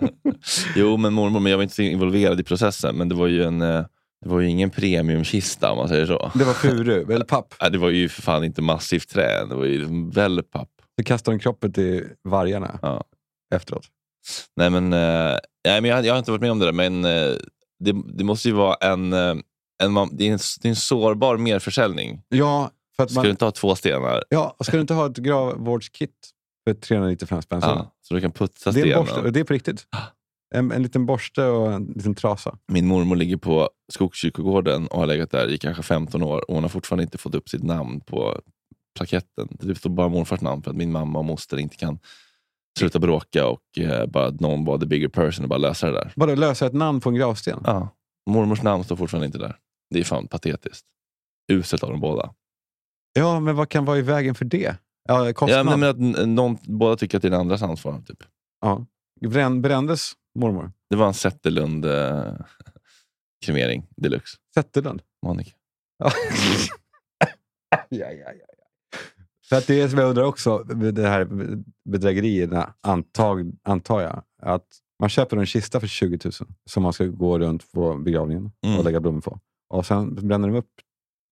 jo, men mormor, men jag var inte så involverad i processen. Men det var ju, en, eh, det var ju ingen premiumkista om man säger så.
Det var furu, eller papp.
Nej, Det var ju för fan inte massivt trä. Det var ju liksom wellpapp.
Så kastar de kroppen till vargarna
Ja.
efteråt.
Nej, men, eh, nej, men jag, jag har inte varit med om det där, men eh, det, det måste ju vara en, eh, en, man- det är en, det är en sårbar merförsäljning.
Ja, för att
Ska du
man,
inte ha två stenar?
ja, och ska du inte ha ett gravvårdskit för 395 spänn? så-
Ja, så du kan putsa
Det är, en
stenen.
borste, och det är på riktigt. En, en liten borste och en liten trasa.
Min mormor ligger på Skogskyrkogården och har legat där i kanske 15 år och hon har fortfarande inte fått upp sitt namn på plaketten. Det står bara morfars namn för att min mamma och moster inte kan sluta bråka och eh, bara att någon var the bigger person och bara lösa det där.
Bara lösa ett namn på en gravsten.
Ja, mormors namn står fortfarande inte där. Det är fan patetiskt. Uselt av dem båda.
Ja, men vad kan vara i vägen för det? Ja, eh,
Ja,
kostnad.
men, men att n- någon, båda tycker att det är den andras ansvar. Typ.
Ja. Brän, brändes mormor?
Det var en Zetterlund eh, kremering deluxe.
Zetterlund.
Monica.
Ja. ja, ja, ja. För att det är som jag undrar också, det här bedrägerierna antag, antar jag. Att man köper en kista för 20 000 som man ska gå runt på begravningen
Mm.
och lägga blommor på. Och sen bränner de upp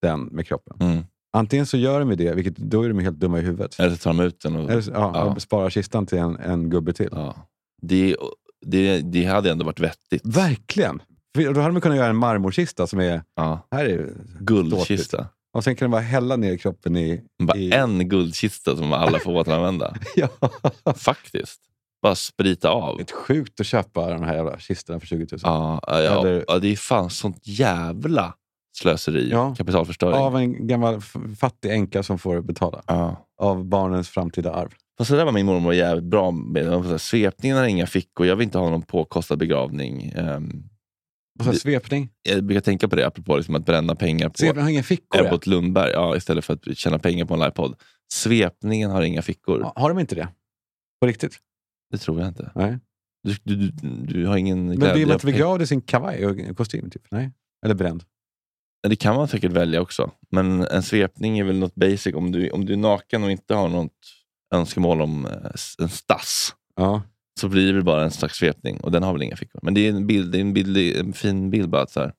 den med kroppen.
Mm.
Antingen så gör de ju det, vilket då är de ju helt dumma i huvudet.
Eller så tar de ut den och...
Eller så, ja,
Ja.
och sparar kistan till en, en gubbe till.
Ja. Det, det, det hade ändå varit vettigt.
Verkligen! För Då hade man kunnat göra en marmorkista som är...
Ja.
Här är
Guldkista.
Och sen kan den bara hälla ner kroppen i...
Bara
i
en guldkista som alla får återanvända.
ja.
Faktiskt. Bara sprita av.
Ett sjukt att köpa de här jävla kistorna för 20 000.
Ja, ja, ja.
Eller-
ja, det är fan sånt jävla slöseri.
Ja.
Kapitalförstöring.
Av en gammal f- fattig änka som får betala.
Ja.
Av barnens framtida arv.
Fast det där var min mormor jävligt bra med. Hon var så här, Svepningen har inga fickor. Jag vill inte ha någon påkostad begravning. Ehm,
Och så här
Det-
svepning.
jag brukar tänka på det apropå liksom att bränna pengar på
Svepning har inga fickor. ja.
Ebbot Lundberg ja, istället för att tjäna pengar på en livepodd. Svepningen har inga fickor.
Ja, Har de inte det? På riktigt?
Det tror jag inte.
Nej.
Du, du, du, du har ingen
Men det är
glädje
väl
av
att begravde sin kavaj och kostym? Typ. Nej. Eller bränd.
Men Det kan man säkert välja också. Men en svepning är väl något basic. Om du, om du är naken och inte har något önskemål om eh, s- en stass
Ja.
så blir det bara en slags svepning och den har väl inga fickor. Men det är en, bild, det är en, bild, det är en fin bild bara. Att så här,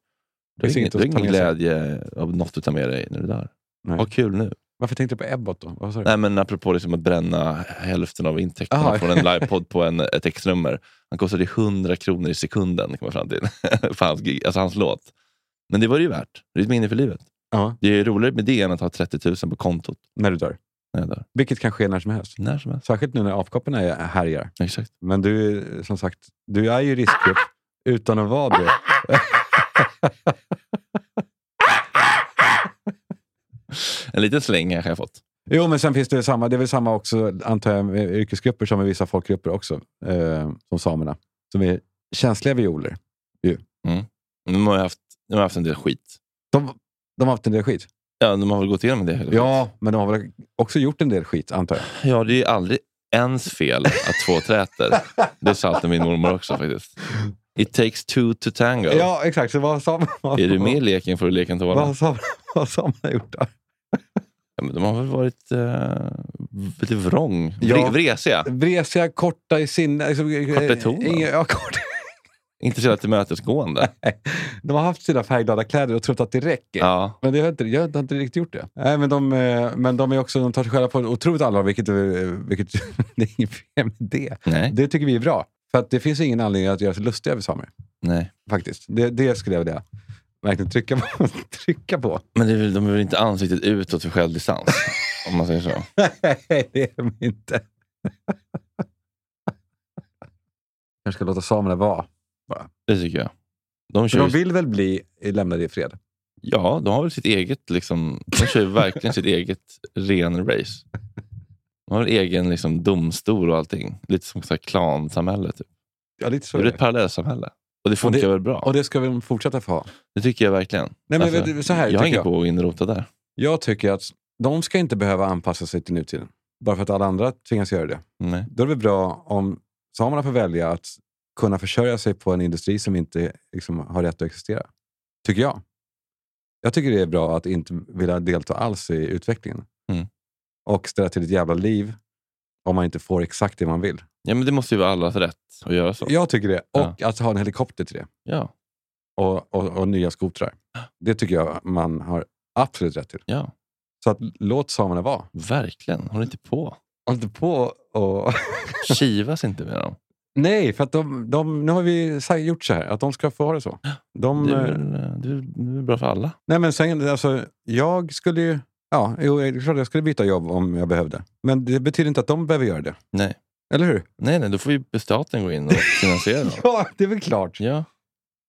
du
finns
har ingen,
inget
du
att
har
ta
ingen
med sig.
glädje av något du tar med dig när du är där.
Nej.
Ha kul nu.
Varför tänkte du på Ebbot då? Vad sa du?
Nej, men apropå liksom att bränna hälften av intäkterna
Aha.
från en livepodd på en, ett extranummer. Han kostade 100 kronor i sekunden kom jag fram till. för hans, gig, alltså hans låt. Men det var det ju värt. Det är ett minne för livet.
Ja.
Det är roligare med det än att ha 30 000 på kontot
När du dör.
när jag dör.
Vilket kan ske när som helst.
När som helst.
Särskilt nu när apkopporna är- härjar.
Exakt.
Men du, är, som sagt, du är ju riskgrupp utan att vara det.
En liten släng kanske jag fått.
Jo, men sen finns det samma, det är väl samma också, antar jag, med yrkesgrupper som med vissa folkgrupper också. Eh, som samerna. Som är känsliga violer.
De har ju haft, de har haft en del skit.
De, de har haft en del skit.
Ja, de har väl gått igenom det. hela
Ja, men de har väl också gjort en del skit, antar jag.
skiten. ja, det är ju aldrig ens fel att två träter. Det sa alltid min mormor också faktiskt. It takes two to tango.
Ja, exakt. Så vad samerna...
Är du med i leken får du leken
Vad
tåla.
har samerna, vad har samerna gjort där?
Ja, men de har väl varit eh, lite vrång. Vre,
Ja.
Vresiga.
Vresiga, korta i sinne. Liksom,
Korta i tonen.
Inga, ja, korta.
Inte så jävla tillmötesgående.
De har haft sina färgglada kläder och trott att det räcker.
Ja.
Men det har inte, jag har inte riktigt gjort det. Nej, men de, eh, men de, är också, de tar sig själva på otroligt allvar, vilket, eh, vilket det är inget fel med det.
Nej.
Det tycker vi är bra. För att det finns ingen anledning att göra sig lustig över samer.
Nej.
Faktiskt. Det, det skulle jag vilja verkligen trycka på. trycka på.
Men det är väl, de är väl inte ansiktet utåt för självdistans? om man säger så.
Nej, det är de inte. Jag ska låta samerna vara.
Det tycker jag. De,
För
kör
de
ju-
vill väl bli lämnade i fred?
Ja, de har väl sitt eget, liksom, de kör ju verkligen sitt eget ren race. De har väl egen liksom, domstol och allting. Lite som så här klansamhälle. Typ.
Ja, lite så
Det
är
är ett
det.
parallellsamhälle. Och det funkar
Och det-
väl bra.
Och det ska vi fortsätta få ha.
Det tycker jag verkligen.
Nej, men
Alltså,
vet du, så här
jag har
tycker
inget
jag.
på att inrota där.
Jag tycker att de ska inte behöva anpassa sig till nutiden. Bara för att alla andra tvingas göra det.
Nej.
Då är det väl bra om samerna får välja att kunna försörja sig på en industri som inte liksom, har rätt att existera. Tycker jag. Jag tycker det är bra att inte vilja delta alls i utvecklingen.
Mm.
Och ställa till ett jävla liv om man inte får exakt det man vill.
Ja, men det måste ju vara allas rätt att göra så.
Jag tycker det. Och att ha en helikopter till det.
Ja.
Och, och, och nya skotrar. Det tycker jag man har absolut rätt till.
ja.
Så att, låt samerna vara.
Verkligen. Håll inte på.
Håll inte på och...
Kivas inte med dem.
Nej, för att de, de, nu har vi sa- gjort så här, att de ska få ha det så. De,
Det är,
eh,
väl, det, är, väl- det är väl bra för alla.
nej men sen, alltså, jag skulle ju... Ja, jo, det är klart jag skulle byta jobb om jag behövde. Men det betyder inte att de behöver göra det.
Nej.
Eller hur?
Nej, nej, då får ju staten gå in och finansiera dem.
Ja, det är väl klart.
Ja.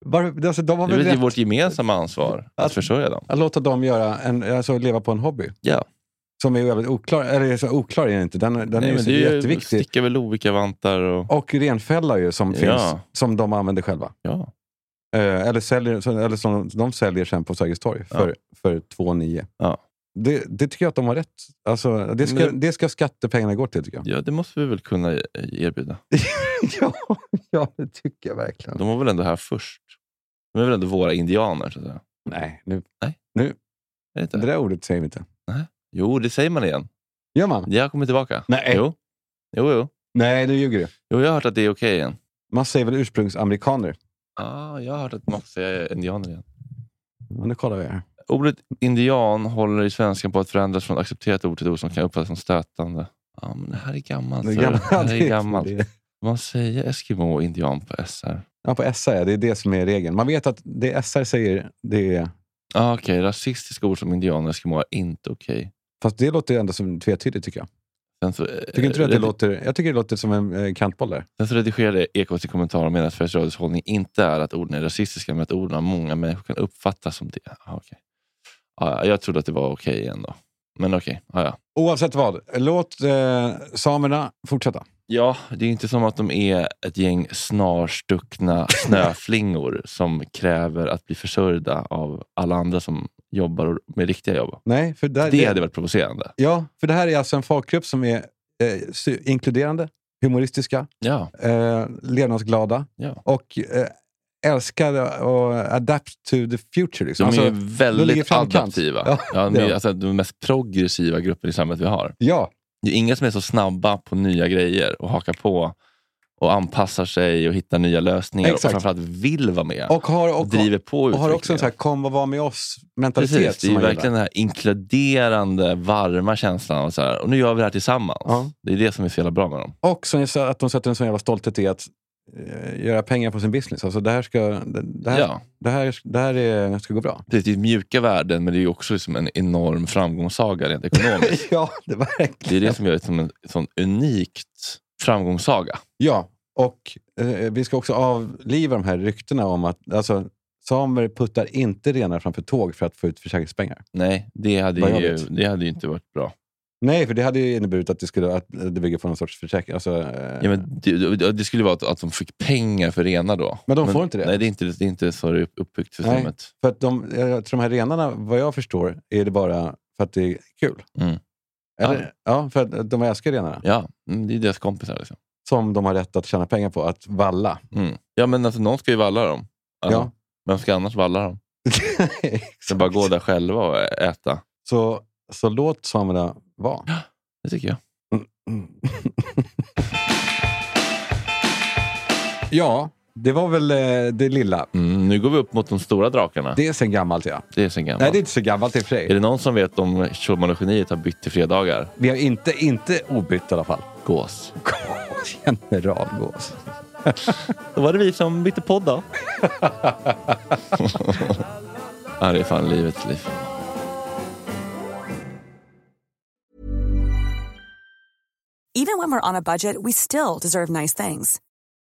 Varför, alltså, de har
Det är
väl
väl
rätt
vårt gemensamma ansvar att
Att-
försörja dem.
att låta dem göra en, alltså, leva på en hobby.
Ja.
Som är väldigt oklar. Eller så oklar är den inte. Den, den
Nej,
är, ju
men
så
det är ju
jätteviktig.
Sticka väl olika vantar och...
Och renfälla ju som
Ja.
finns, som de använder själva.
Ja.
Eh, eller, säljer, så- eller som de säljer sen på Sergels torg för, för 2,9.
Ja.
Det, det tycker jag att de har rätt. Alltså, det, ska,
Men
det ska skattepengarna gå till tycker jag.
ja, det måste vi väl kunna erbjuda.
ja, Ja, det tycker jag verkligen.
De var väl ändå här först? De är väl ändå våra indianer? Så att säga.
Nej, nu,
Är det inte?
det där ordet säger vi inte.
Jo, det säger man igen.
Gör man?
Det har kommit tillbaka.
Nej.
Jo. Jo, jo.
Nej, nu ljuger du.
jo, jag har hört att det är okej igen.
Man säger väl ursprungsamerikaner?
Ah, jag har hört att man också säger indianer igen.
Ja, nu kollar vi här.
Ordet indian håller i svenskan på att förändras från accepterat ord till ett ord som kan uppfattas som stötande. Ja, men det här är gammalt.
Det är
så.
gammalt.
Det här
Alltså, Det
är
är-
gammalt.
det är-
Man säger Eskimo och indian på SR.
Ja, på SR, ja. det är det som är regeln. Man vet att det SR säger, det är...
Ah, okej, rasistiska ord som indian och eskimo är inte okej.
Fast det låter ju ändå som tvetydigt tycker jag.
Sen så,
Tycker inte du att det
eh,
låter, jag tycker det låter som en eh, kantboll där.
Sen så redigerade Ekot i kommentaren med att Sveriges Radios hållning inte är att orden är rasistiska, men att orden av många människor kan uppfattas som det. Ah, okay. ah, jag trodde att det var okej igen då. Men okej, ah, ja.
Oavsett vad, låt eh, samerna fortsätta.
Ja, det är inte som att de är ett gäng snarstuckna snöflingor som kräver att bli försörjda av alla andra som jobbar med riktiga jobb.
Nej, för där,
Det hade varit provocerande.
Ja, för det här är alltså en folkgrupp som är eh, sy- inkluderande, humoristiska,
Ja,
eh, levnadsglada
ja.
och eh, älskar och adapt to the
De
future. Liksom.
är ju
Alltså, de ligger i
väldigt
framkant.
adaptiva.
Ja,
Ja,
det
de
är
är
de.
alltså den mest progressiva gruppen i samhället vi har.
ja,
Det är inga som är så snabba på nya grejer och hakar på och anpassar sig och hittar nya lösningar
Exakt.
och framförallt vill vara med.
och har, och,
driver på
och har också en sån här
utvecklingen.
kom och var med oss-mentalitet.
Precis, det är
som
ju
man gillar.
verkligen den här inkluderande, varma känslan. Och, så här, och nu gör vi det här tillsammans.
Ja.
Det är det som är så jävla bra med dem.
Och som jag sa, att de sätter en sån jävla stolthet i att eh, göra pengar på sin business. Alltså det här ska, det, det här,
Ja,
det här, det här är, ska gå bra.
precis, det är mjuka värden, men det är ju också liksom en enorm framgångssaga rent ekonomiskt.
ja, det verkligen.
det är det som gör det som en sån unikt framgångssaga.
Ja, och eh, vi ska också avliva de här ryktena om att alltså, samer puttar inte renar framför tåg för att få ut försäkringspengar.
Nej, det
Vad
hade,
jag
ju,
vet.
det hade ju inte varit bra.
Nej, för det hade ju inneburit att det, skulle, att det bygger på någon sorts försäkring. Alltså, eh,
Ja, men det, det- det skulle vara att, att de fick pengar för renar då.
Men de får inte det.
Nej, det är inte, det är inte så det är uppbyggt systemet.
För att de, jag tror de här renarna, vad jag förstår, är det bara för att det är kul.
Mm.
Eller, ja. för att de älskar renarna.
Ja, mm, det är deras kompisar. Liksom.
Som de har rätt att tjäna pengar på, att valla.
Mm. Ja, men alltså, någon ska ju valla dem. Alltså,
Ja.
Vem ska annars valla dem?
Exakt.
De bara gå där själva och ä- äta.
så, så låt samerna vara.
Det tycker jag.
Ja, det var väl eh, det lilla.
Mm, nu går vi upp mot de stora drakarna. Det,
Det är sen gammalt, ja.
är sen gammalt.
Nej, det är inte så gammalt i och för
Är
sig.
det någon som vet om Schulman och geniet har bytt till fredagar?
Vi har inte, inte obytt i alla fall.
Gås.
Generalgås.
Då var det vi som bytte podd då. ja, det är fan livets liv.
Even when we're on a budget, we still deserve nice things.